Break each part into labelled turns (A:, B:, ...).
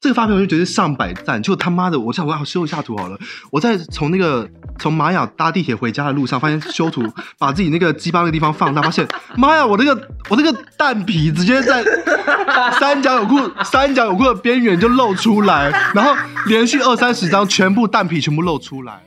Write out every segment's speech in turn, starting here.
A: 这个发片我就觉得上百赞，就他妈的，我在我要修一下图好了。我在从那个从玛雅搭地铁回家的路上，发现修图把自己那个鸡巴那个地方放大，发现妈呀，我那个我那个蛋皮直接在三角泳裤三角泳裤的边缘就露出来，然后连续二三十张全部蛋皮全部露出来。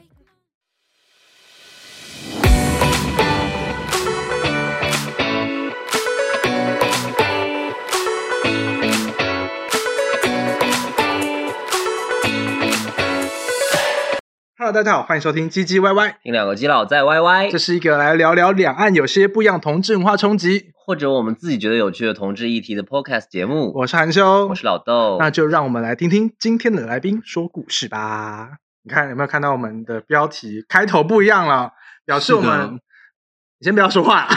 B: Hello，大家好，欢迎收听唧唧歪歪，
C: 听两个基佬在 YY，
B: 这是一个来聊聊两岸有些不一样同志文化冲击。
C: 或者我们自己觉得有趣的同志议题的 podcast 节目。
B: 我是韩修，
C: 我是老豆，
B: 那就让我们来听听今天的来宾说故事吧。你看有没有看到我们的标题开头不一样了，表示我
A: 是的
B: 们你先不要说话，
A: 我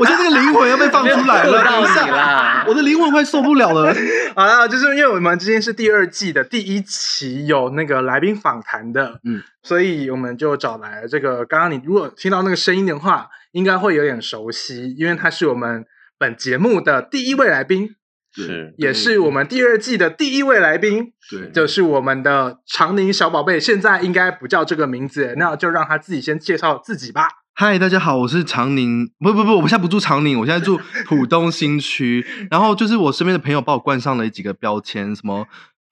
A: 我现在这个灵魂要被放出来了，
C: 到
A: 等一
C: 你
A: 下
C: 啦！
A: 我的灵魂快受不了了。
B: 好了，就是因为我们今天是第二季的第一期有那个来宾访谈的，
A: 嗯，
B: 所以我们就找来这个。刚刚你如果听到那个声音的话，应该会有点熟悉，因为他是我们本节目的第一位来宾，
C: 是
B: 也是我们第二季的第一位来宾，
A: 对，
B: 就是我们的长宁小宝贝。现在应该不叫这个名字，那就让他自己先介绍自己吧。
A: 嗨，大家好，我是长宁，不不不，我现在不住长宁，我现在住浦东新区。然后就是我身边的朋友把我冠上了几个标签，什么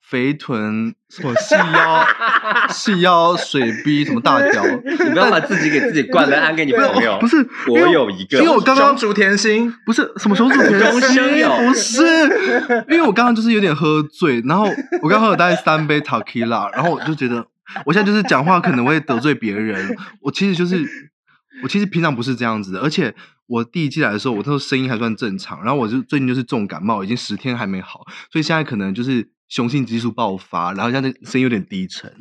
A: 肥臀，什么细腰、细腰、水逼，什么大屌。
C: 你不要把自己给自己灌了，安给你
A: 没有
C: 朋友。
A: 不是，
C: 我
A: 因为
C: 有一个
A: 因为我刚刚
B: 熊竹甜心，
A: 不是什么时候主持人
C: 终身有
A: 不是， 因为我刚刚就是有点喝醉，然后我刚喝了大概三杯 tequila，然后我就觉得我现在就是讲话可能会得罪别人，我其实就是我其实平常不是这样子的，而且我第一季来的时候，我那时候声音还算正常，然后我就最近就是重感冒，已经十天还没好，所以现在可能就是雄性激素爆发，然后现在这个声音有点低沉。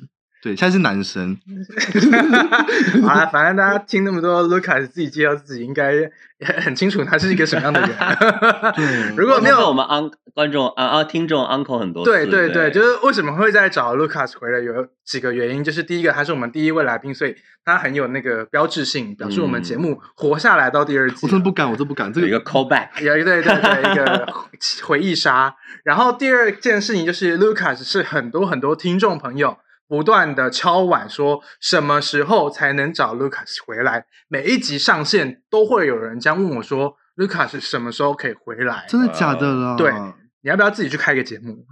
A: 对，现在是男生，
B: 好啦，反正大家听那么多 Lucas 自己介绍自己，应该也很清楚他是一个什么样的人。
A: 对
B: 如果没
C: 我
B: 有，
C: 们 un 观众啊啊听众 uncle 很多次，
B: 对对对，
C: 对，
B: 就是为什么会再找 Lucas 回来，有几个原因，就是第一个他是我们第一位来宾，所以他很有那个标志性，表示我们节目活下来到第二季了。
A: 我真的不敢，我真的不敢。这
C: 有
A: 个
C: 一个 callback，
B: 有一对对对，一个回忆杀。然后第二件事情就是 Lucas 是很多很多听众朋友不断的敲碗说，什么时候才能找 Lucas 回来？每一集上线都会有人这样问我说，Lucas 什么时候可以回来？
A: 真的假的啦？
B: 对你要不要自己去开个节目？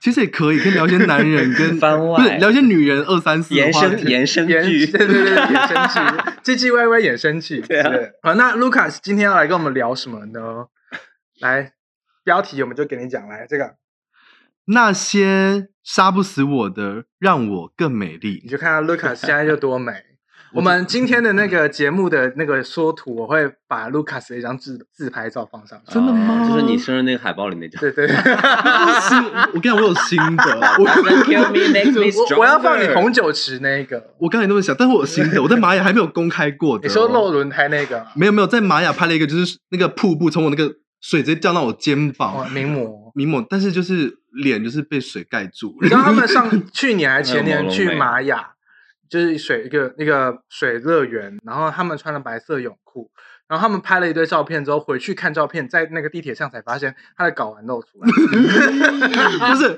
A: 其实也可以，可以聊一些男人跟
C: 番
A: 不是
C: 外
A: 聊一些女人二三四的
C: 延
A: 话
C: 伸
A: 题
C: 延伸
B: 衍
C: 剧，
B: 对对对，衍生剧，唧唧歪歪衍生剧。
C: 对啊
B: 好，那 Lucas 今天要来跟我们聊什么呢？来，标题我们就给你讲，来这个。
A: 那些杀不死我的，让我更美
B: 你
A: 丽。
B: 就看到 Lucas 现在就多美。我们今天的那个节目的那个缩图，我会把 Lucas 的一张自自拍照放上去。
A: 真的吗
C: 哦就是你生日那个海报里那张。
B: 对对，对
A: 新， 我跟你讲，我有新的，我
C: Kill me, make me
B: 我我要放你
C: stronger
B: 红酒池那一个，
A: 我刚才也那么想，但是我有新的，我在玛雅还没有公开过的。哦
B: 你说露？轮胎那个，
A: 没有没有，在玛雅拍了一个，就是那个瀑布从我那个水直接降到我肩
B: 哦，
A: 膀，
B: 名模。
A: 迷蒙，但是就是脸就是被水盖住。
B: 你知道他们上去年还前
C: 还有
B: 年
C: 毛
B: 去
C: 绒妹
B: 玛雅，就是水一个那个水乐园，然后他们穿了白色泳裤，然后他们拍了一堆照片之后回去看照片，在那个地铁上才发现他的睾丸露 出来。
A: 就是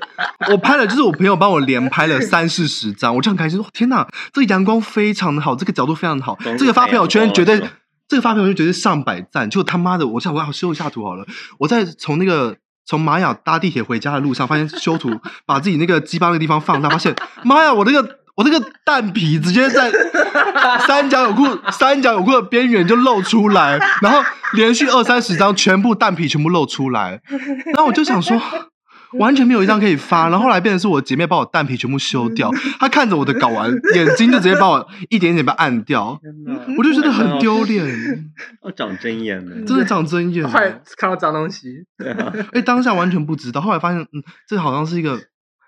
A: 我拍了，就是我朋友帮我连拍了三四十张，我就很开心说：天哪，这个阳光非常的好，这个角度非常的好
C: 光，是
A: 这个发朋友圈绝
C: 太阳
A: 对
C: 光了，
A: 这个发朋友圈绝对上百赞。就他妈的，我想我要修一下图好了，我在从那个。从玛雅搭地铁回家的路上，发现修图把自己那个鸡巴那个地方放大，发现妈呀，我那个我那个蛋皮直接在三角泳裤三角泳裤的边缘就露出来，然后连续二三十张全部蛋皮全部露出来，然后我就想说， 完全没有一张可以发。然后后来变成是我姐妹把我蛋皮全部修掉，她看着我的睾丸，眼睛就直接把我一点一点被按掉，我就觉得很丢脸，
C: 我哦长针眼了。
A: 真的长针 眼了。
B: 快看到脏东西，
A: 哎，当下完全不知道，后来发现，嗯，这好像是一个，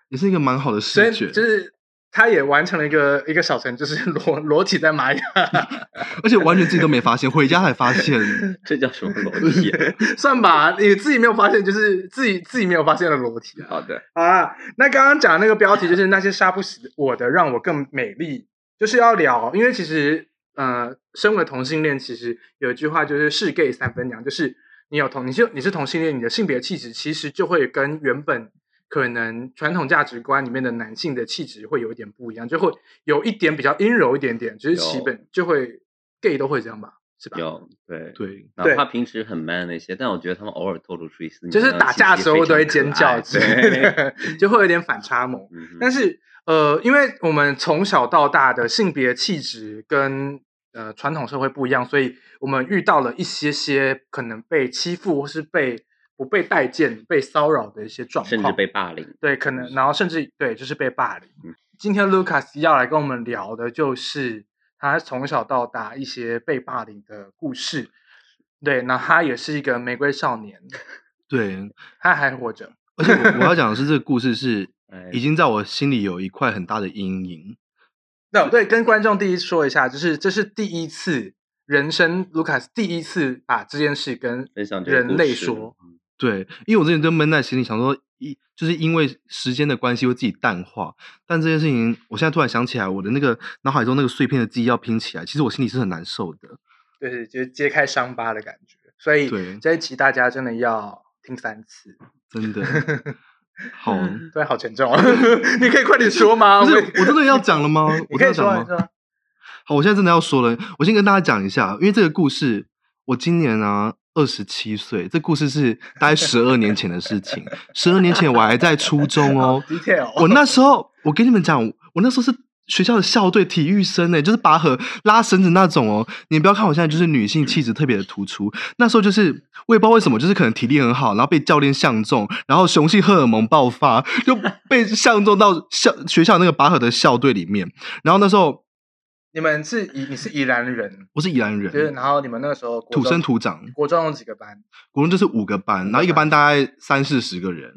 A: 也是一个蛮好的
B: 所以
A: 视觉
B: 就，是他也完成了一个一个小成，就是裸裸体在玛雅，
A: 而且完全自己都没发现，回家才发 现。
C: 这叫什么啊裸体？
B: 算吧，你自己没有发现，就是自己自己没有发现的裸体啊。
C: 好的，
B: 啊，那刚刚讲的那个标题就是那些杀不死我的，让我更美丽，就是要聊，哦因为其实呃，身为同性恋，其实有一句话就是“是 gay 三分娘”，就是你有同你是你是同性恋，你的性别气质其实就会跟原本可能传统价值观里面的男性的气质会有一点不一样，就会有一点比较阴柔一点点，就是基
C: 有
B: 本就会 gay 都会这样吧，是吧？
C: 有对，
A: 对，
C: 哪
B: 对
C: 怕平时很 man 那些，但我觉得他们偶尔透露出一丝，
B: 就是打架的时候都会尖叫之类
C: 对，
B: 的， 就会有点反差萌。
C: 嗯哼
B: 但是呃，因为我们从小到大的性别气质跟呃传统社会不一样，所以我们遇到了一些些可能被欺负或是被不被待见、被骚扰的一些状况，
C: 甚至被嗯霸凌，
B: 对，可能然后甚至对就是被霸凌。今天 Lucas 要来跟我们聊的就是他从小到大一些被霸凌的故事。对，那他也是一个玫瑰少年，
A: 对，
B: 他还活着。
A: 而且我我要讲的是，这个故事是
C: 哎
A: 已经在我心里有一块很大的阴影。
B: 那对，跟观众第一说一下，就是这是第一次人生，Lucas 第一次把这件事跟
C: 分享这个
B: 人
C: 故
B: 类
C: 事
B: 说，，
A: 对，因为我之前都闷在心里，想说一就是因为时间的关系会自己淡化，但这件事情我现在突然想起来，我的那个脑海中那个碎片的记忆要拼起来，其实我心里是很难受的。
B: 对，就是揭开伤疤的感觉。所以
A: 对
B: 这一集大家真的要听三次，
A: 真的，好，不
B: 对，好沉重哦。 你可以快点说吗？
A: 是
B: 啊我
A: 我真的要讲了吗？
B: 你
A: 我
B: 可
A: 真
B: 以
A: 的
B: 说啊，
A: 要
B: 你
A: 讲吗？
B: 说啊。，
A: 好，我现在真的要说了，我先跟大家讲一下，因为这个故事，我今年啊二十七岁，这故事是大概十二年前的事情，十二年前我还在初中哦
B: detail，
A: 我那时候，我跟你们讲，我那时候是学校的校队体育生呢、就是拔河、拉绳子那种哦。你不要看我现在就是女性气质特别的突出，那时候就是我也不知道为什么，就是可能体力很好，然后被教练相中，然后雄性荷尔蒙爆发，就被相中到校学校那个拔河的校队里面。然后那时候
B: 你们是宜你是宜兰人，
A: 我是宜兰
B: 就是
A: 人，
B: 然后你们那个时候国
A: 嗯土生
B: 中
A: 土长，
B: 国中有几个班？
A: 国中就是五个班，然后一个班大概三四十个人，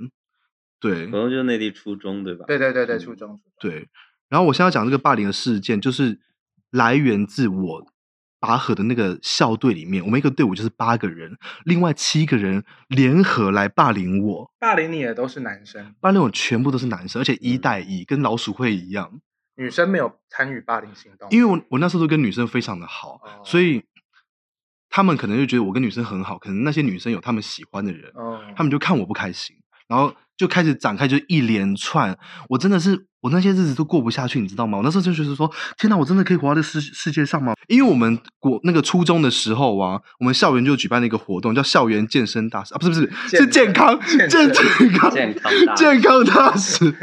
A: 对，
C: 可能就是内地初中对吧？
B: 对对对对，
C: 嗯
B: 初中。
A: 对，然后我现在要讲这个霸凌的事件，就是来源自我拔河的那个校队里面，我们一个队伍就是八个人，另外七个人联合来霸凌我，
B: 霸凌你的都是男生，
A: 霸凌我全部都是男生，而且一带一，跟老鼠会一样。
B: 女生没有参与霸凌行动。
A: 因为我我那时候都跟女生非常的好，所以他们可能就觉得我跟女生很好，可能那些女生有他们喜欢的人，
B: 哦，
A: 他们就看我不开心，然后就开始展开就一连串，我真的是我那些日子都过不下去，你知道吗？我那时候就觉得说，天哪，我真的可以活在这世世界上吗？因为我们国那个初中的时候啊，我们校园就举办了一个活动，叫校园健身大使啊，不是不是，
B: 健
A: 是健康
B: 健
A: 健
B: 身
A: 健康 健
C: 健康大使
A: 康大使，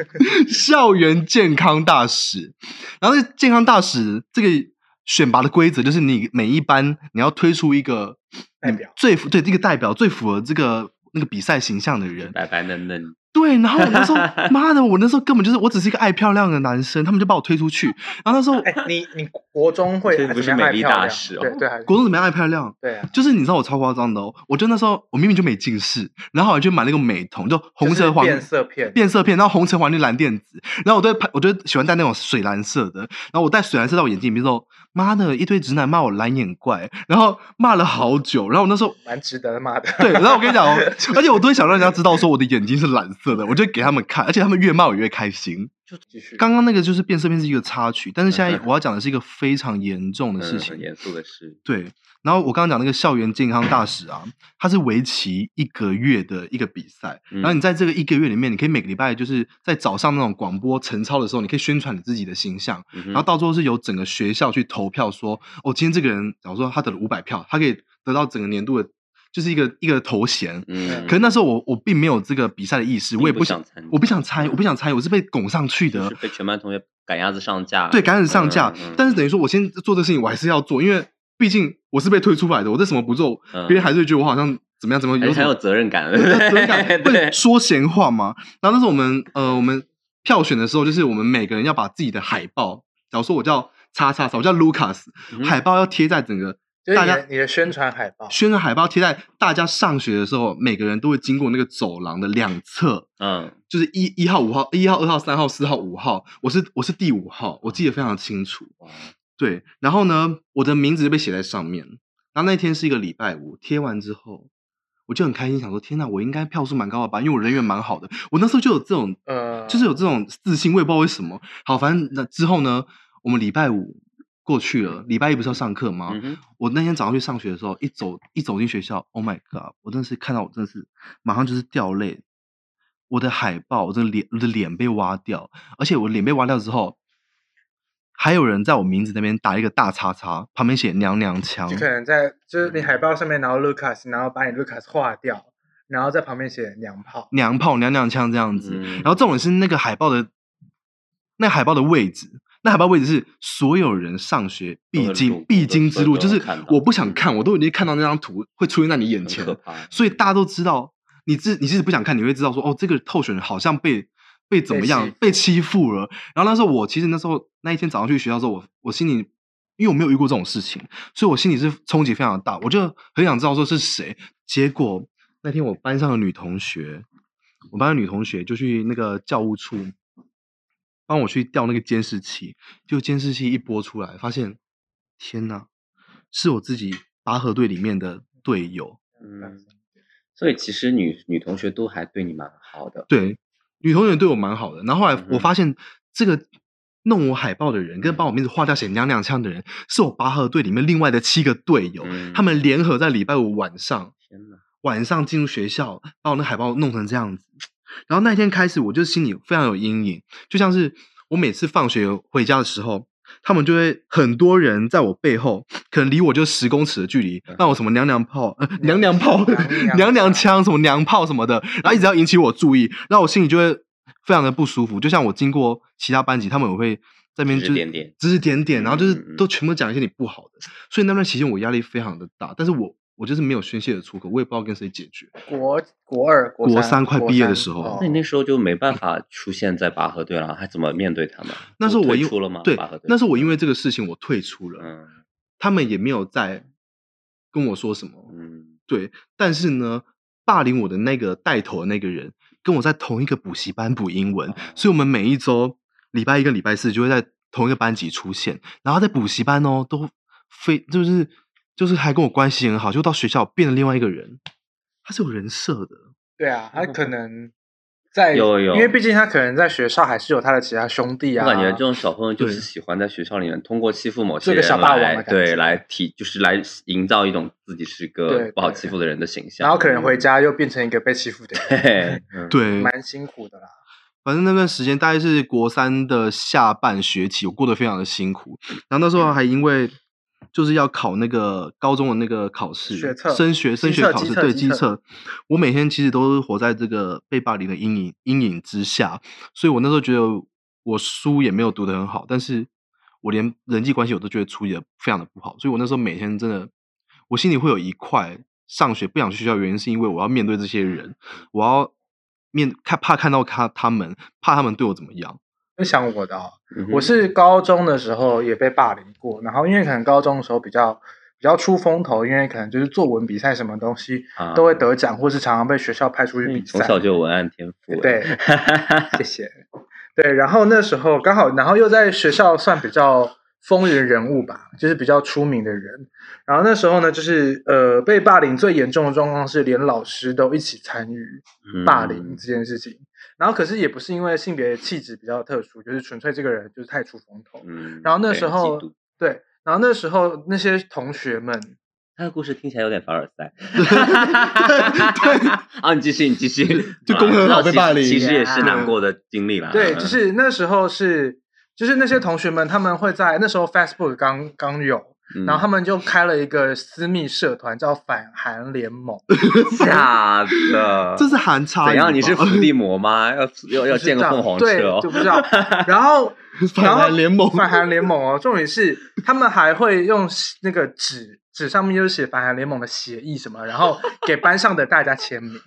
A: 校园健康大使。 然后这健康大使这个选拔的规则就是，你每一班你要推出一个
B: 代表
A: 你最符对这个代表最符合这个那个比赛形象的人。
C: 白白嫩嫩，
A: 对，然后我那 时候妈的，我那时候根本就是我只是一个爱漂亮的男生，他们就把我推出去。然后那时候
B: 哎、你你国中会
C: 这不是
B: 怎么样
C: 美丽
B: 爱漂亮
C: 大使哦
B: 对对，还是
A: 国中怎么样爱漂亮？
B: 对啊，
A: 就是你知道我超夸张的哦，我就那时候我明明就没近视，然后我就买了个美瞳，就红
B: 就是
A: 橙黄
B: 变色片
A: 变色片，然后红橙黄绿蓝靛紫，然后我都会拍，我就喜欢戴那种水蓝色的，然后我戴水蓝色到我眼睛里面之后，妈的，一堆直男骂我蓝眼怪，然后骂了好久，然后我那时候
B: 蛮值得骂 的。
A: 对，然后我跟你讲哦，而且我都会想让人家知道说我的眼睛是蓝色的，我就给他们看，而且他们越骂我越开心。
B: 继续，
A: 刚刚那个就是变色片是一个插曲，但是现在我要讲的是一个非常严重的事
C: 嗯
A: 情
C: 很。严肃的事，
A: 对，然后我刚刚讲那个校园健康大使啊，它是为期一个月的一个比赛，
C: 嗯
A: 然后你在这个一个月里面，你可以每个礼拜就是在早上那种广播晨操的时候，你可以宣传你自己的形象，
C: 嗯哼
A: 然后到最后是由整个学校去投票说，哦，今天这个人，假如说他得了五百票，他可以得到整个年度的，就是一个一个头衔。
C: 嗯，
A: 可是那时候我我并没有这个比赛的意识，我也
C: 不想参
A: 我不想
C: 加
A: 参与，我不想参与，我是被拱上去
C: 就
A: 的
C: 是。被全班同学赶鸭子上架，
A: 对，赶紧上架。
C: 嗯嗯
A: 但是等于说，我先做这事情，我还是要做，因为毕竟我是被推出来的，我这什么不做，
C: 嗯
A: 别人还是会觉得我好像怎么样怎么样，
C: 还
A: 有
C: 是
A: 什
C: 很
A: 么
C: 有责任 感，
A: 责任感
C: 对
A: 会，说闲话吗？然后那时候我们呃，我们票选的时候，就是我们每个人要把自己的海报，假如说我叫叉叉叉，我叫 Lucas，、
C: 嗯哼
A: 海报要贴在整个
B: 就是
A: 大
B: 你
A: 家
B: 的你的宣传海报，
A: 宣传海报贴在大家上学的时候，每个人都会经过那个走廊的两侧。
C: 嗯，
A: 就是一一号、五号、一号、二号、三号、四号、五号，我是我是第五号，我记得非常清楚。
C: 哇
A: 对，然后呢，我的名字就被写在上面。然后那天是一个礼拜五，贴完之后，我就很开心，想说天呐，我应该票数蛮高的吧，因为我人缘蛮好的。我那时候就有这种，
B: 呃，
A: 就是有这种自信，我也不知道为什么。好，反正那之后呢，我们礼拜五过去了，礼拜一不是要上课吗？
C: 嗯哼，
A: 我那天早上去上学的时候，一走一走进学校，Oh my god！我真的是看到我真的是马上就是掉泪，我的海报，我的脸，我的脸被挖掉，而且我脸被挖掉之后，还有人在我名字那边打一个大叉叉，旁边写娘娘腔
B: 就，可能在就是你海报上面，然后 Lucas，然后把你 Lucas 划掉，然后在旁边写娘炮。
A: 娘炮娘娘腔这样子。
C: 嗯
A: 然后重点是那个海报的，那海报的位置，那海报位置是所有人上学必
C: 都是路
A: 经
C: 过
A: 必
C: 的
A: 经之
C: 都
A: 路，
C: 都
A: 就是
C: 看到嗯
A: 我不想看，我都已经看到那张图会出现在你眼
C: 很
A: 前
C: 可，怕。
A: 所以大家都知道，你自你即使不想看，你会知道说，哦，这个候选人好像被被怎么样
B: 被
A: 被欺负了。然后那时候我其实那时候那一天早上去学校的时候，我我心里因为我没有遇过这种事情，所以我心里是冲击非常大，我就很想知道说是谁。结果那天我班上的女同学，我班的女同学就去那个教务处帮我去调那个监视器，就监视器一播出来，发现天呐，是我自己拔河队里面的队友。
C: 嗯，所以其实女女同学都还对你蛮好的。
A: 对，女同学对我蛮好的。然后后来我
C: 嗯
A: 发现，这个弄我海报的人跟把我名字划掉写娘娘腔的人，是我拔河队里面另外的七个队友，
C: 嗯
A: 他们联合在礼拜五晚上
C: 天哪，
A: 晚上进入学校，把我那海报弄成这样子。然后那天开始，我就心里非常有阴影，就像是我每次放学回家的时候。他们就会很多人在我背后，可能离我就十公尺的距离，让我什么娘娘炮、呃、娘娘炮、娘娘腔、什么娘炮什么的，然后一直要引起我注意，然后我心里就会非常的不舒服。就像我经过其他班级，他们也会在那边
C: 指
A: 就是
C: 指点点
A: 指指点点，然后就是
C: 嗯嗯嗯
A: 都全部讲一些你不好的，所以那段期间我压力非常的大，但是我我就是没有宣泄的出口，我也不知道跟谁解决。
B: 国国二、国
A: 国
B: 三
A: 三快毕业的
B: 国
A: 时候
B: 哦
C: 那你那时候就没办法出现在拔河队了，还怎么面对他们？
A: 那时候我
C: 退
A: 因
C: 出了吗？
A: 对
C: 拔河队，
A: 那时候我因为这个事情我退出了，
C: 嗯
A: 他们也没有再跟我说什么，
C: 嗯
A: 对，但是呢，霸凌我的那个带头的那个人跟我在同一个补习班补英文，所以我们每一周礼拜一跟礼拜四就会在同一个班级出现，然后在补习班哦都非就是就是还跟我关系很好，就到学校变了另外一个人，他是有人设的，
B: 对啊，他可能在
C: 有有
B: 因为毕竟他可能在学校还是有他的其他兄弟
C: 我
B: 啊。
C: 感觉这种小朋友就是
A: 对
C: 喜欢在学校里面通过欺负某些
B: 做个
C: 人
B: 小霸王的
C: 来
B: 感觉
C: 对来提，就是来营造一种自己是
B: 对
C: 个不好
B: 对
C: 欺负的人的形象。
B: 然后可能回家又变成一个被欺负的人，
C: 嘿，嗯，
A: 对，
B: 蛮辛苦的啦。
A: 反正那段时间大概是国三的下半学期，我过得非常的辛苦。然后那时
B: 嗯
A: 候还因为就是要考那个高中的那个考试，
B: 学测
A: 升学升
B: 机
A: 学
B: 测
A: 考
B: 机
A: 试
B: 测
A: 对
B: 机
A: 机
B: 测
A: 测，我每天其实都是活在这个被霸凌的阴影阴影之下，所以我那时候觉得我书也没有读得很好，但是我连人际关系我都觉得处理的非常的不好，所以我那时候每天真的我心里会有一块上学不想去学校的原因，是因为我要面对这些人，我要面看怕看到他他们，怕他们对我怎么样。
B: 分享我的、哦，
C: 嗯哼
B: 我是高中的时候也被霸凌过，然后因为可能高中的时候比较比较出风头，因为可能就是作文比赛什么东西
C: 啊
B: 都会得奖，或是常常被学校派出去
C: 那你
B: 比
C: 从
B: 赛。
C: 小就有文案天赋，
B: 对，谢谢。对，然后那时候刚好，然后又在学校算比较风云人物吧，就是比较出名的人。然后那时候呢，就是呃，被霸凌最严重的状况是连老师都一起参与
C: 嗯
B: 霸凌这件事情。然后可是也不是因为性别气质比较特殊，就是纯粹这个人就是太出风头。
C: 嗯，
B: 然后那
C: 被人
B: 时候
C: 嫉妒
B: 对，然后那时候那些同学们，
C: 他的故事听起来有点凡尔赛。 啊，你继续，你继续。
A: 就
C: 啊
A: 公和
C: 知道
A: 好被
C: 其
A: 霸
C: 实
A: 凌
C: 其实也是
B: 对
C: 难过的经历啦。
B: 嗯对，
C: 嗯
B: 就是那时候是，就是那些同学们，他们会在那时候 Facebook 刚刚有，
C: 嗯
B: 然后他们就开了一个私密社团，叫反韩联盟。
C: 嗯假的，
A: 这是 寒差
C: 怎
A: 异吧。
C: 样？你是伏地魔吗？要要要
B: 不知
C: 建个
B: 道
C: 凤凰
B: 对，
C: 车
B: 就
C: 哦？，
B: 不知道。然后
A: 反
B: 然后
A: 韩联盟
B: 反韩联盟哦，重点是他们还会用那个纸，纸上面就是写反韩联盟的协议什么，然后给班上的大家签名。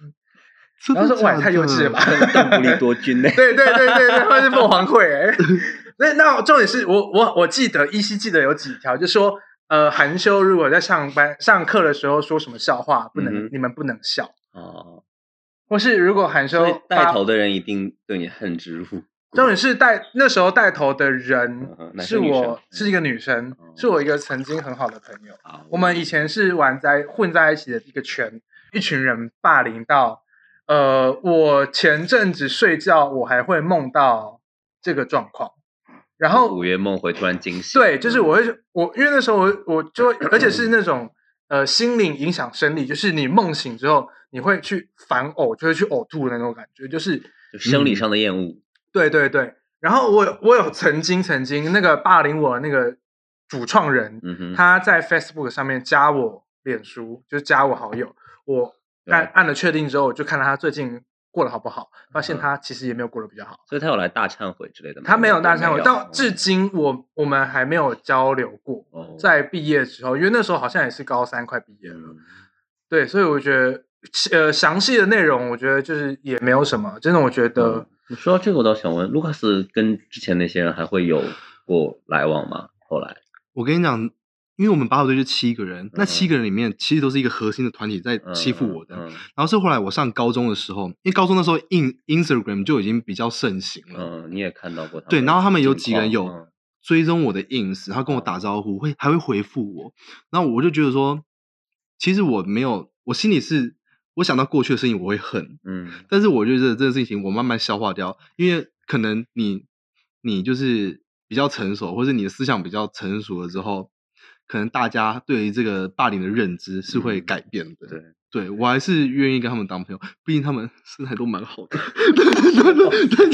A: 真
B: 然后
A: 的
B: 说哇，也
A: 假
B: 太幼稚
A: 的
B: 了吧
C: 邓 布利多君呢？
B: 对对对对对，会是凤凰会、 欸。那那重点是我我我记得依稀记得有几条，就说呃，含羞如果在上班上课的时候说什么笑话，不能、
C: 嗯哼
B: 你们不能笑，
C: 哦，
B: 或是如果含
C: 所以
B: 羞
C: 带
B: 发
C: 头的人一定对你恨之入骨。
B: 重点是带那时候带头的人
C: 嗯哼男
B: 是
C: 生女生
B: 我是一个女生
C: 嗯，
B: 是我一个曾经很好的朋友。
C: 啊
B: 我们以前是玩在混在一起的一个圈，一群人霸凌到，呃，我前阵子睡觉我还会梦到这个状况，然后
C: 五月梦回突然惊嗯喜，
B: 对，就是我会我因为那时候我我就会而且是那种呃心灵影响生理，就是你梦醒之后你会去反呕，就会去呕吐的那种感觉，就是
C: 就
B: 嗯
C: 生理上的厌恶，
B: 对对对。然后我有我有曾经曾经那个霸凌我的那个主创人，
C: 嗯哼，
B: 他在 Facebook 上面加我脸书，就是加我好友，我
C: 对
B: 按按了确定之后，我就看到他最近过得好不好，发现
C: 嗯
B: 他其实也没有过得比较好。
C: 所以他有来大忏悔之类的吗？
B: 他没有大忏悔，到至
C: 嗯
B: 今我我们还没有交流过。
C: 哦
B: 在毕业之后，因为那时候好像也是高三快毕业了，
C: 嗯
B: 对，所以我觉得呃详细的内容，我觉得就是也没有什么，真的我觉得
C: 嗯你说到这个，我倒想问，卢卡斯跟之前那些人还会有过来往吗？后来，
A: 我跟你讲，因为我们八友队就七个人，那七个人里面其实都是一个核心的团体在
C: 嗯
A: 欺负我的。
C: 嗯
A: 然后是后来我上高中的时候，因为高中那时候 in Instagram 就已经比较盛行了，
C: 嗯，嗯你也看到过他们的情况。
A: 对，然后他们有几个人
C: 嗯
A: 有追踪我的 ins，然后跟我打招呼，会还会回复我，然后我就觉得说，其实我没有，我心里是我想到过去的事情我会恨，
C: 嗯
A: 但是我觉得这个事情我慢慢消化掉，因为可能你你就是比较成熟，或者你的思想比较成熟了之后，可能大家对于这个霸凌的认知是会
C: 嗯
A: 改变的。
C: 对，
A: 对我还是愿意跟他们当朋友，毕竟他们身材都蛮好的，
C: 嗯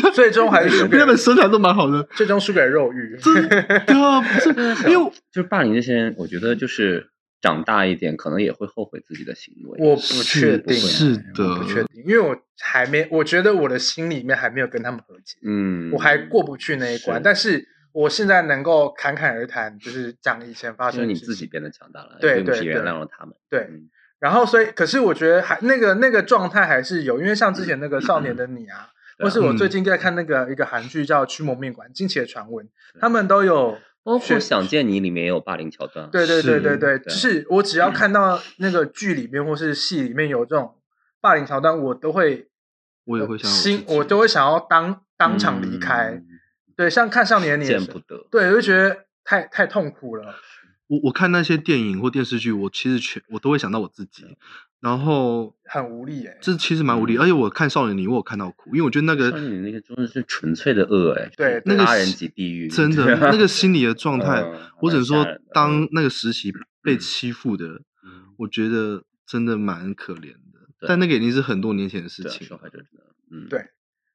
A: 对
B: 最终 还是输
A: 对，
B: 给
A: 他们身材都蛮好的，
B: 最终输给肉欲。
A: 真的不是因为我
C: 就是霸凌这些人，我觉得就是长大一点，可能也会后悔自己的行为。
B: 我不确
A: 是
B: 定，
A: 是
B: 我不确
A: 的，
B: 定，因为我还没，我觉得我的心里面还没有跟他们和解，
C: 嗯，
B: 我还过不去那一关。
C: 是
B: 但是我现在能够侃侃而谈，就是讲以前发
C: 就是
B: 生的
C: 你
B: 事
C: 自己
B: 情
C: 变得强大了，
B: 对
C: 并不
B: 对
C: 是原
B: 对
C: 谅了他们。
B: 对。
C: 嗯
B: 然后，所以，可是我觉得还那个那个状态还是有，因为像之前那个《少年的你》啊，
C: 对啊
B: 或是我最近在看那个一个韩剧叫《驱魔面馆：惊奇的传闻》，
C: 对
B: 他们都有，
C: 包括
B: 学
C: 《想见你》里面也有霸凌桥段啊。
B: 对对对
A: 是
B: 对对，
C: 对啊
B: 就是我只要看到那个剧里面或是戏里面有这种霸凌桥段，我都会
A: 我也会想
B: 心，
A: 我
B: 我都会想要当当场离开。
C: 嗯，
B: 对，像看《少年的你》也
C: 见
B: 是，
C: 不得。
B: 对，我就觉得太太痛苦了。
A: 我我看那些电影或电视剧，我其实全我都会想到我自己，然后
B: 很无力哎、
A: 这其实蛮无力，
C: 嗯
A: 而且我看少年你我有看到哭，因为我觉得那
C: 少
A: 个
C: 女那个真的是纯粹的恶哎，
B: 对
A: 那个
C: 杀人
A: 是
C: 及地狱，
A: 真的那 个心理的状态，
C: 啊嗯
A: 我只能
C: 蛮
A: 说
C: 吓人的
A: 当那个时期被
C: 嗯
A: 欺负的，
C: 嗯
A: 我觉得真的蛮可怜的，
C: 对
A: 但那个已经是很多年前的事
C: 对啊
A: 情
C: 受
A: 了
C: 害。者真的，嗯，
B: 对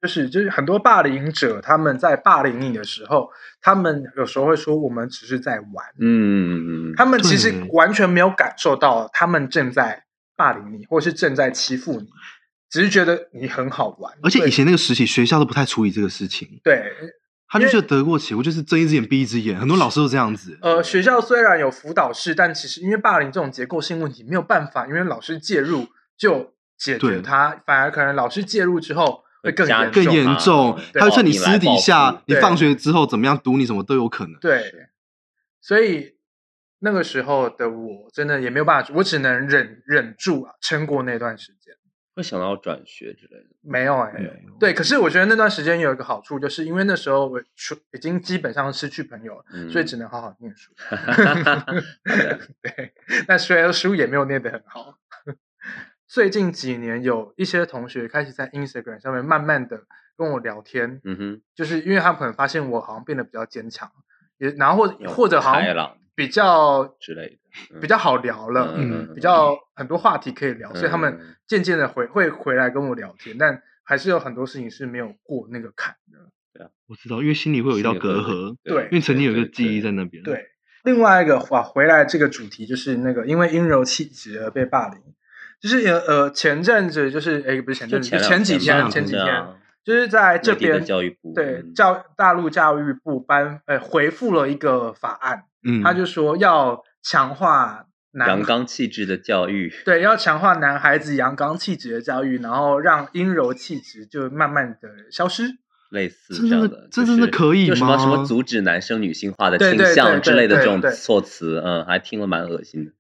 B: 就是就是很多霸凌者他们在霸凌你的时候，他们有时候会说我们只是在玩，
C: 嗯，嗯嗯嗯，
B: 他们其实
A: 对
B: 完全没有感受到他们正在霸凌你，或是正在欺负你，只是觉得你很好玩。
A: 而且
B: 对
A: 以前那个时期，学校都不太处理这个事情，
B: 对
A: 他就
B: 因为
A: 觉得得过且过，就是睁一只眼闭一只眼，很多老师都这样子。
B: 呃，学校虽然有辅导室，但其实因为霸凌这种结构性问题没有办法，因为老师介入就解决
A: 对
B: 它，反而可能老师介入之后会更
C: 加
B: 严
A: 更
B: 重
A: 严重
C: 对，
A: 他会趁
C: 哦
A: 你
C: 你来
A: 私底
C: 报
A: 下
C: 复，
A: 你
B: 对
A: 放学之后怎么样堵你，什么都有可能。
B: 对，所以那个时候的我真的也没有办法，我只能忍忍住啊，撑过那段时间。
C: 会想到转学之类的，
B: 没有哎、
C: 没有
A: 嗯
B: 对，可是我觉得那段时间有一个好处，就是因为那时候我出已经基本上失去朋友了，
C: 嗯
B: 所以只能好好念 书。
C: 的
B: 对，但虽然书也没有念得很好。最近几年有一些同学开始在 Instagram 上面慢慢的跟我聊天，
C: 嗯哼，
B: 就是因为他们可能发现我好像变得比较坚强，也然后或
C: 有
B: 或者好
C: 开
B: 像
C: 朗
B: 比较
C: 之类的，嗯
B: 比较好聊了，
A: 嗯
B: 比较很多话题可以聊，所以他
C: 嗯嗯
B: 们
C: 嗯
B: 渐渐的回会回来跟我聊天，但还是有很多事情是没有过那个坎
C: 嗯
B: 的。
A: 我知道，因为心里会有一道
C: 心里会
A: 隔
C: 有
A: 阂，
B: 对
A: 因为曾经有一个记忆，在
C: 对
A: 那边。，
B: 对，另外一个话回来这个主题就是那个因为阴柔气质而被霸凌，就是呃呃前阵子就是诶不是前
C: 对对
B: 阵子，
C: 就
B: 就
C: 前啊
B: 前几天
A: 两
B: 前
A: 天
B: 几
A: 吧
B: 天就是在这
C: 内地的
B: 边
C: 教育部
B: 对
C: 嗯
B: 教大陆教育部颁呃回复了一个法案，
A: 嗯，
B: 他就说要强化男
C: 阳刚气质的教育，
B: 对，要强化男孩子阳刚气质的教育，然后让阴柔气质就慢慢的消失。
C: 类似
A: 这
C: 这样
A: 真的
C: 的，
A: 这
C: 就
A: 真的
C: 是
A: 可以
C: 就什么什
A: 吗
C: 么阻止男生女性化的
B: 对
C: 倾
B: 对对
C: 向之
B: 对
C: 类的
B: 对
C: 这种
B: 对
C: 措辞，嗯，还听了蛮恶心的。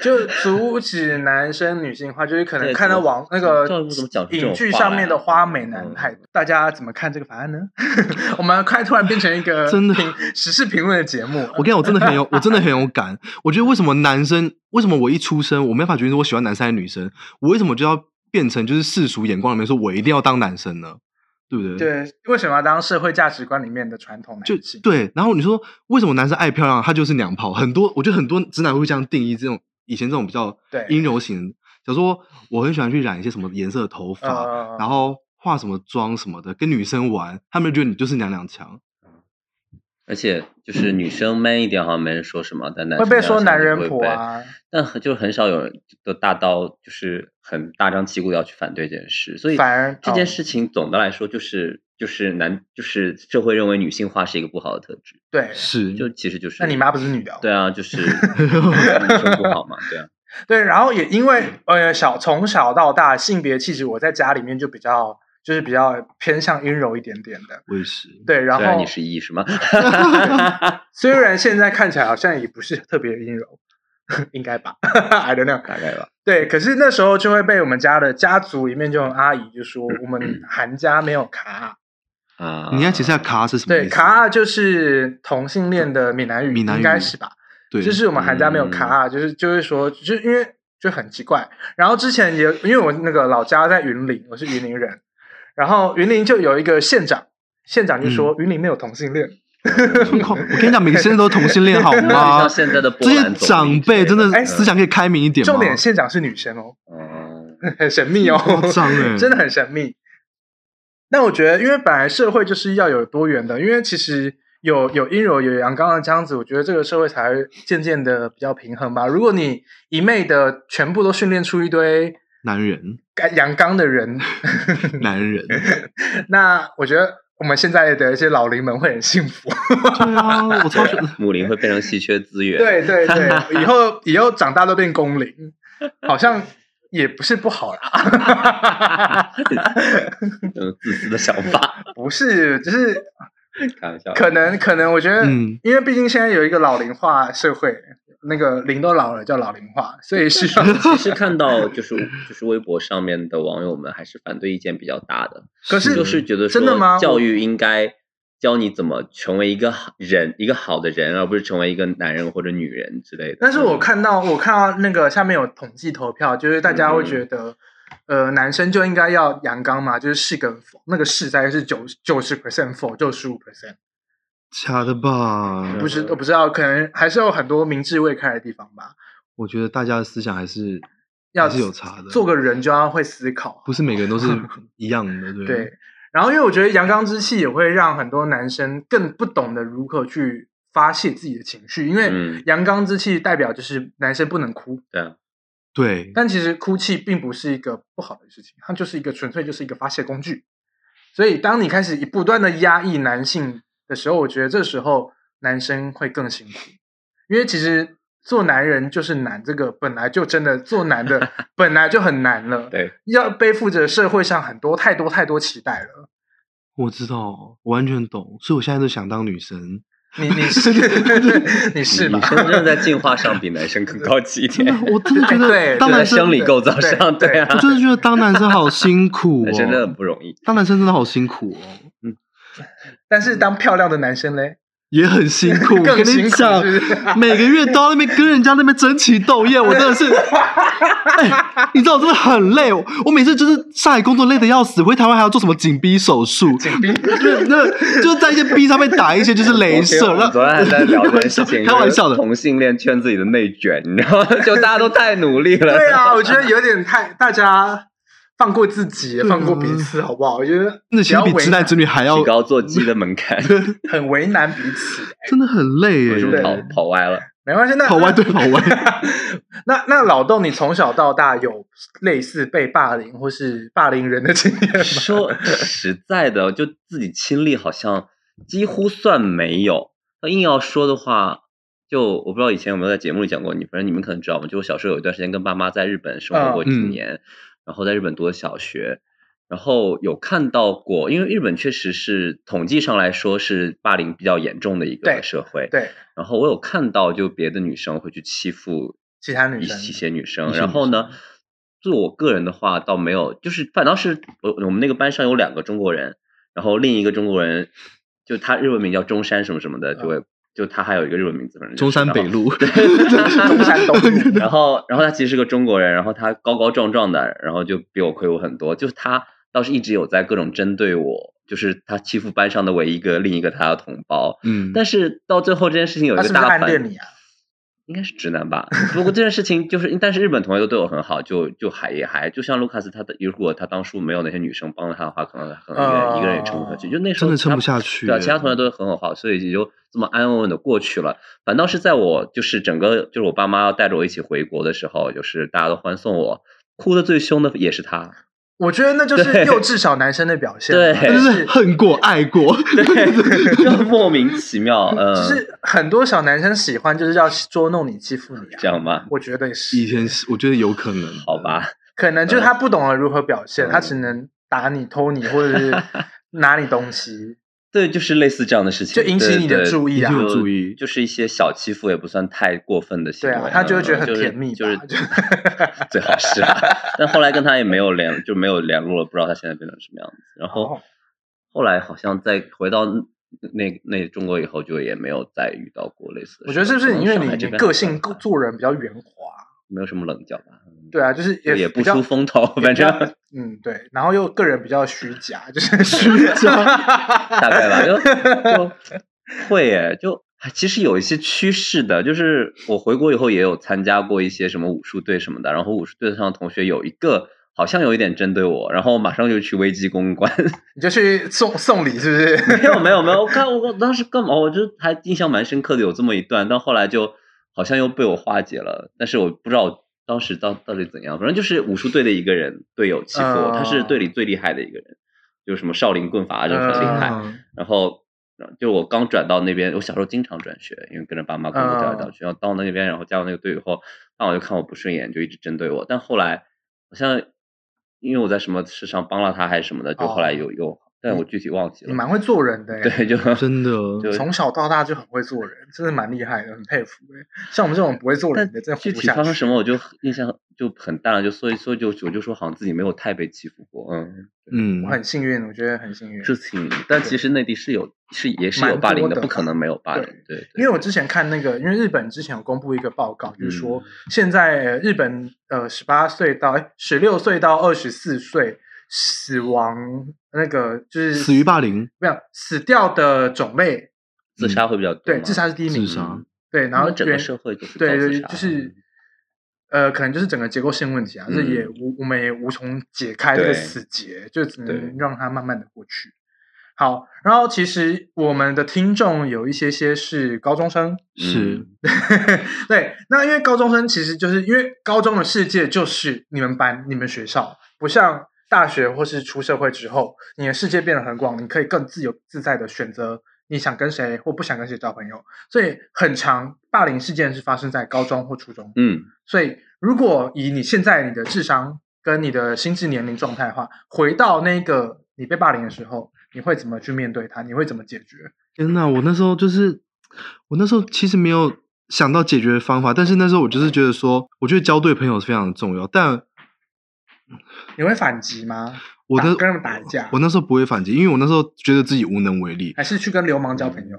B: 就阻止男生女性化，就是可能
C: 对
B: 看到
C: 怎么
B: 网那
C: 教育
B: 个
C: 部怎么讲出这
B: 影
C: 种
B: 剧
C: 话
B: 上
C: 来
B: 面
C: 啊
B: 的花美男派，
C: 嗯
B: 大家怎么看这个法案呢？ 我们快突然变成一个
A: 真的
B: 评时事评论的节目，
A: 我跟你讲，我真的很有，我真的很有感。我觉得为什么男生，为什么我一出生我没法决定我喜欢男生还是女生，我为什么就要变成就是世俗眼光里面说我一定要当男生呢？对不对？，
B: 对，为什么要当社会价值观里面的传统
A: 就
B: 男性？
A: 对。然后你说为什么男生爱漂亮，他就是娘炮？很多我觉得很多直男会这样定义这种以前这种比较
B: 对
A: 阴柔型，假如说我很喜欢去染一些什么颜色的头发，
B: 呃，
A: 然后化什么妆什么的，跟女生玩，他们就觉得你就是娘娘腔。
C: 而且就是女生 man 一点好像没人说什么，但男
B: 嗯会
C: 生
B: 被说男人
C: 会
B: 婆
C: 被，
B: 啊，
C: 但很就很少有人的大刀就是很大张旗鼓的要去反对这件事，所以
B: 反而
C: 这件
B: 哦
C: 事情总的来说就是就是男就是社会认为女性化是一个不好的特质，
B: 对，
A: 是，
C: 就其实就是
B: 那你妈不是女的哦？
C: 对啊，就是 女生不好嘛，对啊，
B: 对，然后也因为呃小从小到大性别气质，我在家里面就比较就是比较偏向阴柔一点点的。
A: 我也是。
B: 对，然
C: 虽然
B: 后
C: 你是一什么，
B: 虽然现在看起来好像也不是特别阴柔， 应该吧 ？I don't know。
C: 大概吧，
B: 对，可是那时候就会被我们家的家族里面这种阿姨就说，我
A: 嗯
B: 们韩家没有卡，
C: 啊，
A: 你应该解释下卡是什么意
B: 对，
A: 思？
B: 卡啊就是同性恋的闽南语，
A: 闽南
B: 应该
A: 语
B: 是吧？
A: 对，
B: 就是我们寒假没有卡啊，就是就是说，就是因为就很奇怪。然后之前也因为我那个老家在云林，我是云林人，然后云林就有一个县长，县长就说、云林没有同性恋，
A: 靠我跟你讲，每个先生都是同性恋好
C: 有点
A: 吗
C: 像？现在的波
A: 这些
C: 兰总理
A: 长辈真
C: 之类
A: 的
B: 哎
A: 思想可以开明一点吗？
B: 重点县长是女生哦，
C: 嗯，
B: 很神秘
A: 夸
B: 哦，
A: 张哎，
B: 真的很神秘。但我觉得，因为本来社会就是要有多元的，因为其实有有阴柔有阳刚的这样子，我觉得这个社会才会渐渐的比较平衡吧。如果你一昧的全部都训练出一堆
A: 男人，
B: 干阳刚的人，
A: 男 人，
B: 那我觉得我们现在的一些老龄们会很幸福。
A: 对啊，我超喜欢。
C: 母林会变成稀缺资源，
B: 对对对，以后以后长大都变工龄，好像也不是不好啦。
C: 嗯，自私的想法，
B: 不是，只是
C: 开玩笑，
B: 可能可能，我觉得，
A: 嗯
B: 因为毕竟现在有一个老龄化社会，那个龄都老了叫老龄化，所以是
C: 其实看到就是就是微博上面的网友们还是反对意见比较大的，
B: 可是
C: 就是觉得
B: 真的吗
C: 说教育应该教你怎么成为一个好人，一个好的人，而不是成为一个男人或者女人之类的。嗯
B: 但是我看到我看到那个下面有统计投票，就是大家会觉得，呃，男生就应该要阳刚嘛，就是是跟否，那个是大概是九九十 percent 否，就十五 percent，
A: 假的吧？
B: 不是我不知道，可能还是有很多明智未开的地方吧。
A: 我觉得大家的思想还是
B: 要
A: 还是有差的，
B: 做个人就要会思考，啊
A: 不是每个人 都是一样的，对不
B: 对。然后，因为我觉得阳刚之气也会让很多男生更不懂得如何去发泄自己的情绪，因为
C: 嗯
B: 阳刚之气代表就是男生不能哭，
C: 对啊，
A: 对
B: 但其实哭泣并不是一个不好的事情，它就是一个纯粹就是一个发泄工具。所以，当你开始不断的压抑男性的时候，我觉得这时候男生会更辛苦，因为其实做男人就是难，这个本来就真的做 男的本来就很难了，
C: 对，
B: 要背负着社会上很多太多太多期待了。
A: 我知道，我完全懂，所以我现在都想当女生。
B: 你你 是你是吧
C: 女？生真的在进化上比男生更高级一
A: 真的
C: 点，，
A: 我真的觉
B: 对
A: 得当
C: 就在
A: 男生
C: 生，理构造
B: 对
C: 上，
B: 对
C: 对啊
A: 我，真的觉得当男生好辛 苦
C: 男生真的很
A: 哦，
C: 不容易。
A: 当男生真的好辛苦哦，
B: 但是当漂亮的男生嘞，
A: 也很辛苦。我
B: 更
A: 跟你
B: 辛苦
A: 讲，
B: 是不是
A: 每个月都要那边跟人家那边争奇斗艳，我真的是， 哎，你知道我真的很累，我我每次就是上海工作累得要死，回台湾还要做什么紧逼手术，紧逼，那那就是在一些逼上面打一些就是镭射，
C: 我
A: 然后
C: 昨天还 在聊这件事情，
A: 开玩笑的
C: 就是同性恋圈子里的内卷，你知道吗？就大家都太努力了。
B: 对啊，我觉得有点太大家放过自己，
A: 啊
B: 放过彼此，好不好？我觉得
A: 那
B: 只
A: 其实
B: 要
A: 比
B: 为
A: 直男直女还
B: 啊
A: 要
C: 提高做鸡的门槛，
B: 很为难彼此，
A: 真的很累
C: 我是不
A: 耶
B: 对，
C: 是跑跑歪了？
B: 没关系。那
A: 跑歪对跑歪。
B: 那那老豆，你从小到大有类似被霸凌或是霸凌人的经验 吗？
C: 说实在的，就自己亲历好像几乎算没有。那硬要说的话，就我不知道以前有没有在节目里讲过，你反正你们可能知道嘛。就我小时候有一段时间跟爸妈在日本生活过几
A: 嗯
C: 年，然后在日本读的小学，然后有看到过，因为日本确实是统计上来说是霸凌比较严重的一
B: 对
C: 个社会。
B: 对，
C: 然后我有看到，就别的女生会去欺负
B: 其他女
C: 一
B: 生
C: 一 些女
A: 一
C: 生。
A: 些
C: 然
A: 女
C: 后呢
A: 生，
C: 就我个人的话，倒没有，就是反倒是我我们那个班上有两个中国人，然后另一个中国人，就他日文名叫中山什么什么的，就会就他还有一个日文名字，反正就是
A: 中山北。路，
B: 中山东路
C: 然后，然后他其实是个中国人，然后他高高壮壮的，然后就比我魁梧很多。就是他倒是一直有在各种针对我，就是他欺负班上的唯一一个另一个他的同胞。
A: 嗯，
C: 但是到最后这件事情有一
B: 他
C: 个
B: 是不是
C: 大
B: 暗
C: 反
B: 恋你啊？
C: 应该是直男吧。 不过这件事情就是，但是日本同学都对我很好，就就还也还，就像卢卡斯他的，如果他当初没有那些女生帮了他的话，可能可能一个人、一个人也撑不下去。就那时
A: 真
C: 候
A: 的撑不
C: 其他
A: 下去。
C: 对啊，其他同学都很好，所以也就这么安安稳稳的过去了。反倒是在我就是整个就是我爸妈要带着我一起回国的时候，就是大家都欢送我，哭的最凶的也是他。
B: 我觉得那就是
C: 对
B: 幼稚小男生的表现，啊
C: 对
A: 那
B: 就
A: 就是
B: 是
A: 恨过爱过，
C: 对，就莫名其妙，嗯，
B: 就是很多小男生喜欢就是要捉弄你、欺负你
C: 这
B: 啊。
C: 样吧，
B: 我觉得 也
A: 以
B: 是，
A: 前是我觉得有可能，
C: 好吧，
B: 可能就是他不懂得如何表现，
C: 嗯
B: 他只能打你、偷你或者 是拿你东西。
C: 对，就是类似这样的事情，
B: 就引起
C: 对
B: 你的
C: 对
B: 注意啊
A: 引起我
C: 就
A: 注意
C: 就是一些小欺负，也不算太过分的行
B: 对
C: 为，
B: 啊，他就会觉得
C: 嗯
B: 很
C: 就是
B: 甜蜜吧，
C: 就是
B: 就
C: 最好是啊，但后来跟他也没有联，就没有联络了，不知道他现在变成什么样子。然后
B: 哦
C: 后来好像再回到那那中国以后，就也没有再遇到过类似的事。
B: 我觉得是不是因为
C: 可能上海
B: 你
C: 这边
B: 个性
C: 还好
B: 做人比较圆滑？
C: 没有什么棱角吧？嗯
B: 对啊，就是
C: 就也不
B: 比较
C: 出风头，
B: 也
C: 反
B: 比较
C: 正
B: 嗯对，然后又个人比较虚 假，就是
A: 虚
B: 假
C: 大概吧，就就会耶，就哎其实有一些趋势的，就是我回国以后也有参加过一些什么武术队什么的，然后武术队上的同学有一个好像有一点针对我，然后马上就去危机公关，
B: 你就去送送礼，是不是？
C: 没有没有没有，我看我当时干嘛，我就还印象蛮深刻的有这么一段，但后来就好像又被我化解了，但是我不知道我当时到到底怎样，反正就是武术队的一个人队友欺负我，他是队里最厉害的一个人，就什么少林棍法就啊很
A: 啊
C: 厉害，
B: 嗯
C: 然后呃就我刚转到那边，我小时候经常转学，因为跟着爸妈工作调
B: 哦
C: 来调去。然后到那边，然后加入那个队以后，爸妈就看我不顺眼，就一直针对我。但后来好像因为我在什么事上帮了他还是什么的，就后来有有，但我具体忘记
B: 哦你
C: 了。
B: 蛮会做人的耶，
C: 对，就
A: 真的。
C: 就
B: 从小到大就很会做人，真的蛮厉害的，很佩服耶。像我们这种不会做人
C: 但
B: 的，真的活
C: 具
B: 不
C: 体
B: 下
C: 发生
B: 去。
C: 什么，我就印象就很淡了，就所以所以就我就说好像自己没有太被欺负过，嗯，
A: 嗯
B: 我，很幸运，我觉得很幸运，
C: 是挺，但其实内地是有是也是有
B: 嗯蛮
C: 霸凌
B: 多
C: 的，
B: 的
C: 不可能没有霸凌
B: 对，
C: 对，对
B: 因为我之前看那个，因为日本之前有公布一个报告，就是说
C: 嗯
B: 现在呃日本呃十八岁到十六岁到二十四岁死亡那个就是
A: 死于霸凌，
B: 没有死掉的种类，
C: 自杀会比较多嘛，
B: 对自杀是第一名
A: 自，杀
C: 嗯，
B: 对，然后
C: 整个
B: 原
C: 社会就是
B: 对
C: 高自
B: 对
C: 杀
B: 就是。呃，可能就是整个结构性问题啊，这、也无我们也无从解开这个
C: 嗯对
B: 死结，就只能
C: 对
B: 让它慢慢的过去。好，然后其实我们的听众有一些些是高中生，
A: 是
C: 嗯
B: 对，那因为高中生其实就是因为高中的世界就是你们班、你们学校，不像大学或是出社会之后，你的世界变得很广，你可以更自由自在的选择你想跟谁或不想跟谁交朋友，所以很长霸凌事件是发生在高中或初中。
C: 嗯，
B: 所以如果以你现在你的智商跟你的心智年龄状态的话，回到那个你被霸凌的时候，你会怎么去面对它？你会怎么解决？
A: 天呐，我那时候就是，我那时候其实没有想到解决的方法，但是那时候我就是觉得说，我觉得交对朋友是非常重要，但
B: 你会反击吗？
A: 我
B: 打
A: 那
B: 跟他们打一架
A: 我那时候不会反击，因为我那时候觉得自己无能为力。
B: 还是去跟流氓交朋友？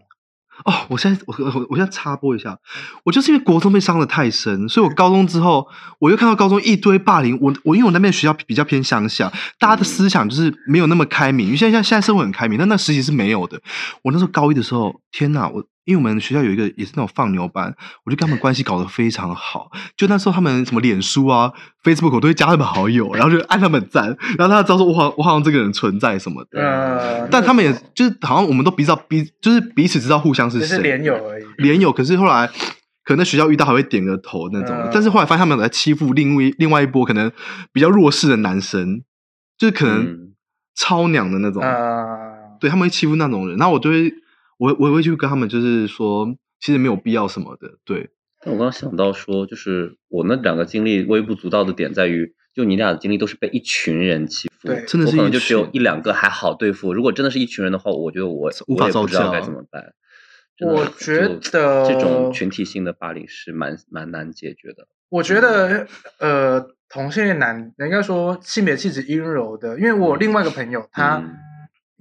A: 哦，我现在我我我现在插播一下，我就是因为国中被伤的太深，所以我高中之后，我又看到高中一堆霸凌。我我因为我那边学校比较偏乡下，大家的思想就是没有那么开明，因为现在现在社会很开明，但那时期是没有的。我那时候高一的时候，天哪，我因为我们学校有一个也是那种放牛班，我就跟他们关系搞得非常好。就那时候他们什么脸书啊、Facebook 我都会加他们好友，然后就按他们赞，然后大家知道说我好我好像这个人存在什么的。
B: 呃，
A: 但他们也
B: 那种
A: 就是好像我们都彼此彼就是彼此知道互相是
B: 只
A: 谁，
B: 是连友而已。
A: 连友，可是后来可能学校遇到还会点个头那种，
B: 嗯
A: 但是后来发现他们有在欺负另外另外一波可能比较弱势的男生，就是可能
C: 嗯
A: 超娘的那种，
B: 呃，
A: 对他们会欺负那种人，那我就会我我会去跟他们就是说，其实没有必要什么的，对，
C: 但我刚刚想到说，就是我那两个经历微不足道的点在于，就你俩的经历都是被一群人欺负，
B: 对
A: 真的
C: 我
A: 是
C: 可能
A: 一
C: 就只有一
A: 群
C: 两个还好对付。如果真的是一群人的话，我觉得我
A: 无
C: 我
A: 法啊
C: 也不知
A: 招架
C: 道该怎么办。真的
B: 我
C: 就
B: 觉得
C: 这种群体性的霸凌是蛮蛮难解决的。
B: 我觉得呃，同性恋男应该说性别气质阴柔的，因为我另外一个朋友，他
C: 嗯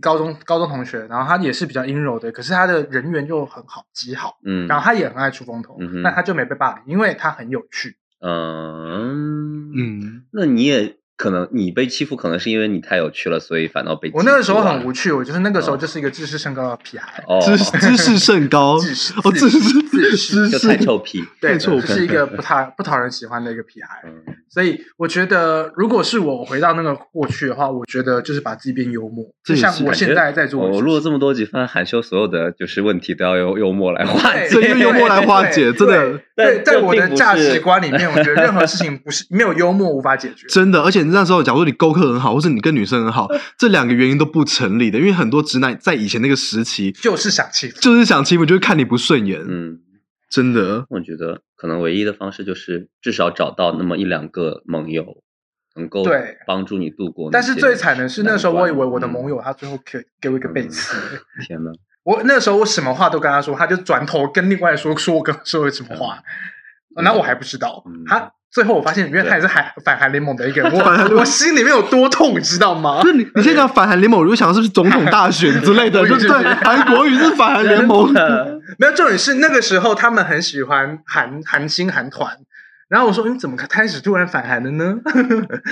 B: 高中高中同学，然后他也是比较阴柔的，可是他的人缘又很好，极好，
C: 嗯，
B: 然后他也很爱出风头
C: 嗯，哼
B: 但他就没被霸凌，因为他很有趣。
C: 嗯
A: 嗯，
C: 那你也可能你被欺负，可能是因为你太有趣了，所以反倒被
B: 我
C: 记
B: 那个时候
C: 住了
B: 很无趣，我就是那
A: 哦
B: 个时候就是一个自视甚高的屁孩，
C: 哦，
A: 知知识甚高，
B: 自视
A: 哦，知识
B: 自视
A: 知
C: 就
A: 识
C: 太臭屁。
B: 对，
A: 太臭
B: 就
A: 了
B: 是一个不讨不讨人喜欢的一个屁孩。
C: 嗯
B: 所以我觉得，如果是我回到那个过去的话，我觉得就是把自己变幽默，
A: 这
B: 就
A: 也是哦
B: 像我
C: 感觉
B: 现在在做的事情。
C: 我录了这么多集，发现韩修所有的就是问题都要 用幽默来化
B: 对
C: 解。
A: 这用幽默来化解
B: 对
A: 真的
B: 对，对
C: 但
B: 在
C: 这
B: 我的
C: 并不
B: 价
C: 是
B: 值观里面，我觉得任何事情不是没有幽默无法解决。
A: 真的，而且那时候，假如你沟客很好，或是你跟女生很好，这两个原因都不成立的，因为很多直男在以前那个时期，
B: 就是想欺负，
A: 就是想欺负，就是看你不顺眼，
C: 嗯，
A: 真的。
C: 我觉得可能唯一的方式就是至少找到那么一两个盟友，能够
B: 对
C: 帮助你度过那
B: 但
C: 些
B: 是
C: 难关。
B: 最惨的是那时候我以为我的
A: 嗯
B: 盟
C: 友，
B: 友他最后给给我一个背刺，欸
C: 天呐，
B: 我那时候我什么话都跟他说，他就转头跟另外说说我跟说了什么话，
C: 嗯
B: 那我还不知道
C: 嗯，
B: 他最后我发现原来他也是韩反韩联盟的一个人，
A: 反韩联
B: 我
A: 盟
B: 我心里面有多痛，你知道吗
A: 不？是你，你现在讲反韩联盟，我就想是不是总统大选之类的，
B: 我以
A: 就
B: 为是
A: 对，韩国语是反韩联盟。
B: 没有重点是那个时候他们很喜欢韩韩星韩团。然后我说：“你怎么开始突然反韩了呢？”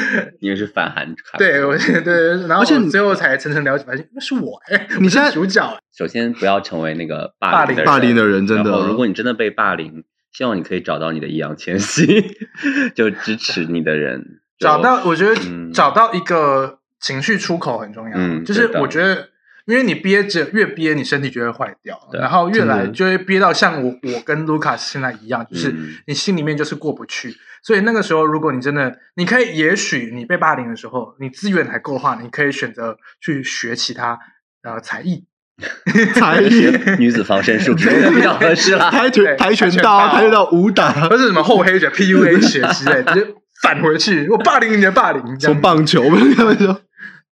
C: 因为是反韩卡。
B: 对，我觉得，然后
A: 而且
B: 我
A: 你
B: 最后才层层了解，发现那是我哎、
A: 你现
B: 我
A: 在
B: 是主角，
C: 首先不要成为那个
B: 霸
C: 凌
B: 凌
A: 霸凌的人真的
C: 然后如果你真的被霸凌，希望你可以找到你的易烊千玺， 就支持你的人，就
B: 找到我觉得
C: 嗯
B: 找到一个情绪出口很重要，
C: 嗯
B: 就是
C: 对的
B: 我觉得。因为你憋着，越憋你身体就会坏掉，
C: 对
B: 然后越来
A: 真的
B: 就会憋到像我我跟卢卡斯现在一样，就是
C: 嗯
B: 你心里面就是过不去。所以那个时候，如果你真的，你可以，也许你被霸凌的时候，你资源还够的话，你可以选择去学其他呃才艺，
A: 才艺
C: 学女子防身术之类的比较合适啦。
A: 跆拳、
B: 对
A: 跆拳道、
B: 跆
A: 跆拳
B: 拳道
A: 道、武打
B: 不、是什么厚黑学、PUA 学之类的，就返回去，我霸凌你的霸凌，
A: 什
B: 这样
A: 么棒球，他们说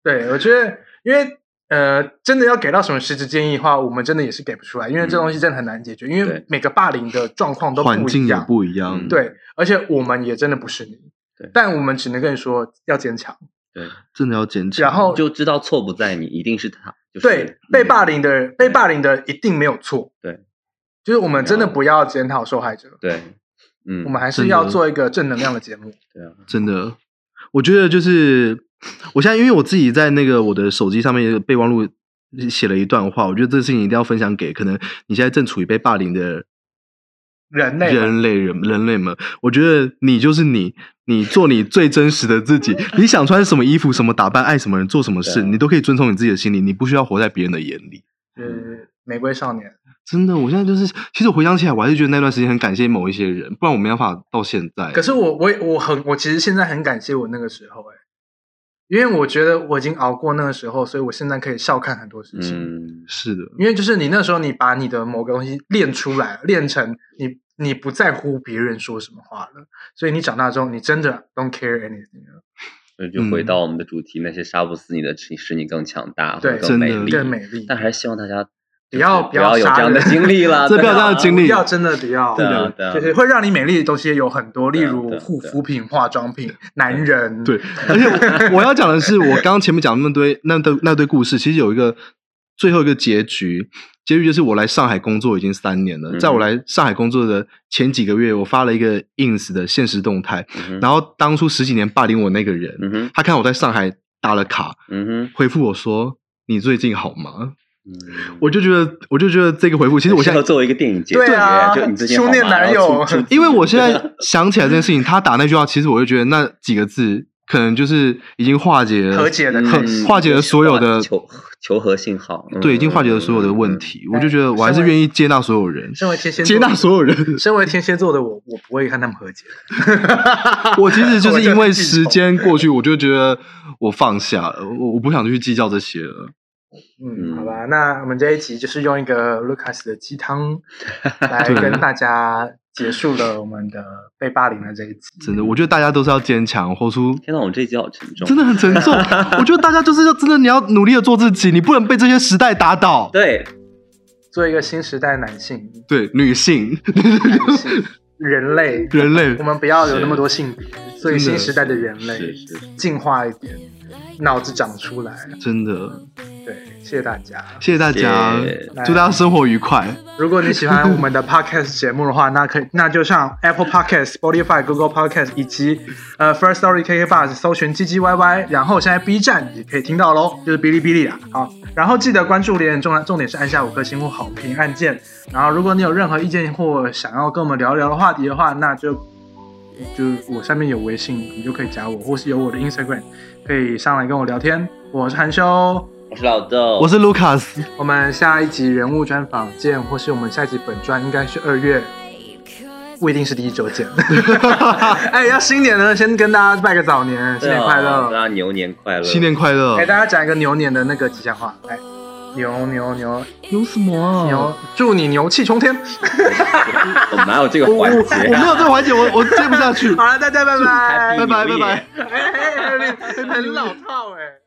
B: 对，我觉得，因为呃，真的要给到什么实质建议的话，我们真的也是给不出来，因为这
C: 嗯
B: 东西真的很难解决，因为
C: 对
B: 每个霸凌的状况都
A: 环
B: 不
A: 境
B: 一
A: 也
B: 样。
A: 不一样。
C: 嗯
B: 对，而且我们也真的不是你
C: 对，
B: 但我们只能跟你说要坚强。
C: 对，
A: 真的要坚持。
B: 然后
C: 就知道错不在你，一定是他。就是、
B: 对，被霸
C: 嗯。
B: 凌的人，被霸凌的人一定没有错。
C: 对，
B: 就是我们真的不要检讨受害者，
C: 对，嗯，
B: 我们还是
A: 真的
B: 要做一个正能量的节目。
C: 对啊，
A: 真的，我觉得就是我现在因为我自己在那个我的手机上面备忘录写了一段话，我觉得这个事情一定要分享给可能你现在正处于被霸凌的
B: 人类嘛
A: 人类人人类们。我觉得你就是你，你做你最真实的自 己，你想穿什么衣服、什么打扮、爱什么人、做什么事，
C: 对啊
A: 你都可以遵从你自己的心理，你不需要活在别人的眼里。
B: 是玫瑰少年，
A: 真的，我现在就是，其实我回想起来，我还是觉得那段时间很感谢某一些人，不然我没办法到现在。
B: 可是我我我很我其实现在很感谢我那个时候哎、因为我觉得我已经熬过那个时候，所以我现在可以笑看很多事情。
C: 嗯，
A: 是的，
B: 因为就是你那时候你把你的某个东西练出来，练成你你不在乎别人说什么话了，所以你长大之后你真的 don't care anything 了，
C: 所以就回
A: 嗯
C: 到我们的主题，那些杀不死你的，使使你更强大，
B: 对
C: 或者更美
A: 真的
C: 丽，
B: 更美丽。
C: 但还是希望大家
B: 不要
C: 就是
B: 不
C: 不
B: 要
C: 有
B: 杀
C: 这样的
B: 人
C: 经历 啦，
A: 这不要
C: 对
A: 这样
C: 啊
A: 的经历
B: 要真的不要，
C: 对啊对啊
B: 就是会让你美丽的东西有很多，例
C: 对啊
B: 如
C: 对啊
B: 护
C: 对啊
B: 肤品、化妆品、男人，
A: 对，而且我我要讲的是，我刚刚前面讲的那堆那堆那堆故事，其实有一个最后一个结局，结局就是我来上海工作已经三年了，
C: 嗯
A: 在我来上海工作的前几个月，我发了一个 ins 的现实动态，
C: 嗯哼
A: 然后当初十几年霸凌我那个人，
C: 嗯哼，
A: 他看我在上海打了卡，
C: 嗯哼，
A: 回复我说。你最近好吗？
C: 嗯
A: 我就觉得，我就觉得这个回复，其实我现
C: 适合
A: 在，
C: 作为一个电影节
B: 对啊
C: 就你之前
B: 初恋男友
A: 因为我现在想起来这件事情，他打那句话，其实我就觉得那几个字，可能就是已经化解了
B: 和解的
A: 很
C: 嗯
B: 开始
A: 化解了所有的
C: 求求和信号，嗯
A: 对，嗯已经化解了所有的问。题。我就觉得我还是愿意接纳所有人，
B: 身为天蝎座
A: 接纳所有 人。
B: 身为天蝎座的我，我不会和他们和解。
A: 我其实就是因为时
B: 我就记
A: 间过去，我就觉得我放下了，我我不想去计较这些了。
B: 仇。嗯，好吧，那我们这一集就是用一个 Lucas 的 鸡汤来
A: 对
B: 跟大家结束了我们的被霸凌的这一集。
A: 真的，我觉得大家都是要坚强，活出
C: 天呐，我们这一集好沉重，
A: 真的很沉 重。我觉得大家就是要真的，你要努力的做自己，你不能被这些时代打倒。
C: 对，
B: 做一个新时代男性、
A: 对，女性、
B: 男性人类，
A: 人类
B: 我，们不要有那么多性别，所以
A: 真的
B: 新时代的人类
C: 是是是
B: 进化一点，脑子长出来。
A: 真的，
B: 对，谢谢大家。
A: 谢谢大家
C: 谢谢，
A: 祝大家生活愉快。
B: 如果你喜欢我们的 podcast 节目的话，那可以那就上 Apple Podcast、Spotify、Google Podcast 以及呃 First Story、KK Bus 搜寻 G G Y Y，然后现在 B 站也可以听到喽，就是哔哩哔哩啊。好，然后记得关注留言，重重点是按下五颗星或好评按键。然后如果你有任何意见或想要跟我们聊聊的话题的话，那就就我上面有微信，你就可以加我，或是有我的 Instagram，可以上来跟我聊天。我是韩修，
C: 我是老豆，
A: 我是 Lucas，
B: 我们下一集人物专访见，或是我们下一集本专应该是二月，不一定是第一周 见。哎，要新年了，先跟大家拜个早年，新
C: 对啊
B: 年快
C: 大
B: 乐！
C: 家牛年快乐，
A: 新年快乐
B: 给、！大家讲一个牛年的那个吉祥话，来，牛牛牛
A: 有什么啊？
C: 嗯
B: 牛，祝你牛气冲天！
C: 我哪有这个
A: 我我我
C: 环节
A: 没
C: 啊？
A: 有这个环节，我我 接不下去。
C: 哎
B: 好了，大家拜拜，
A: 拜拜拜拜。
B: 哎，很老套哎。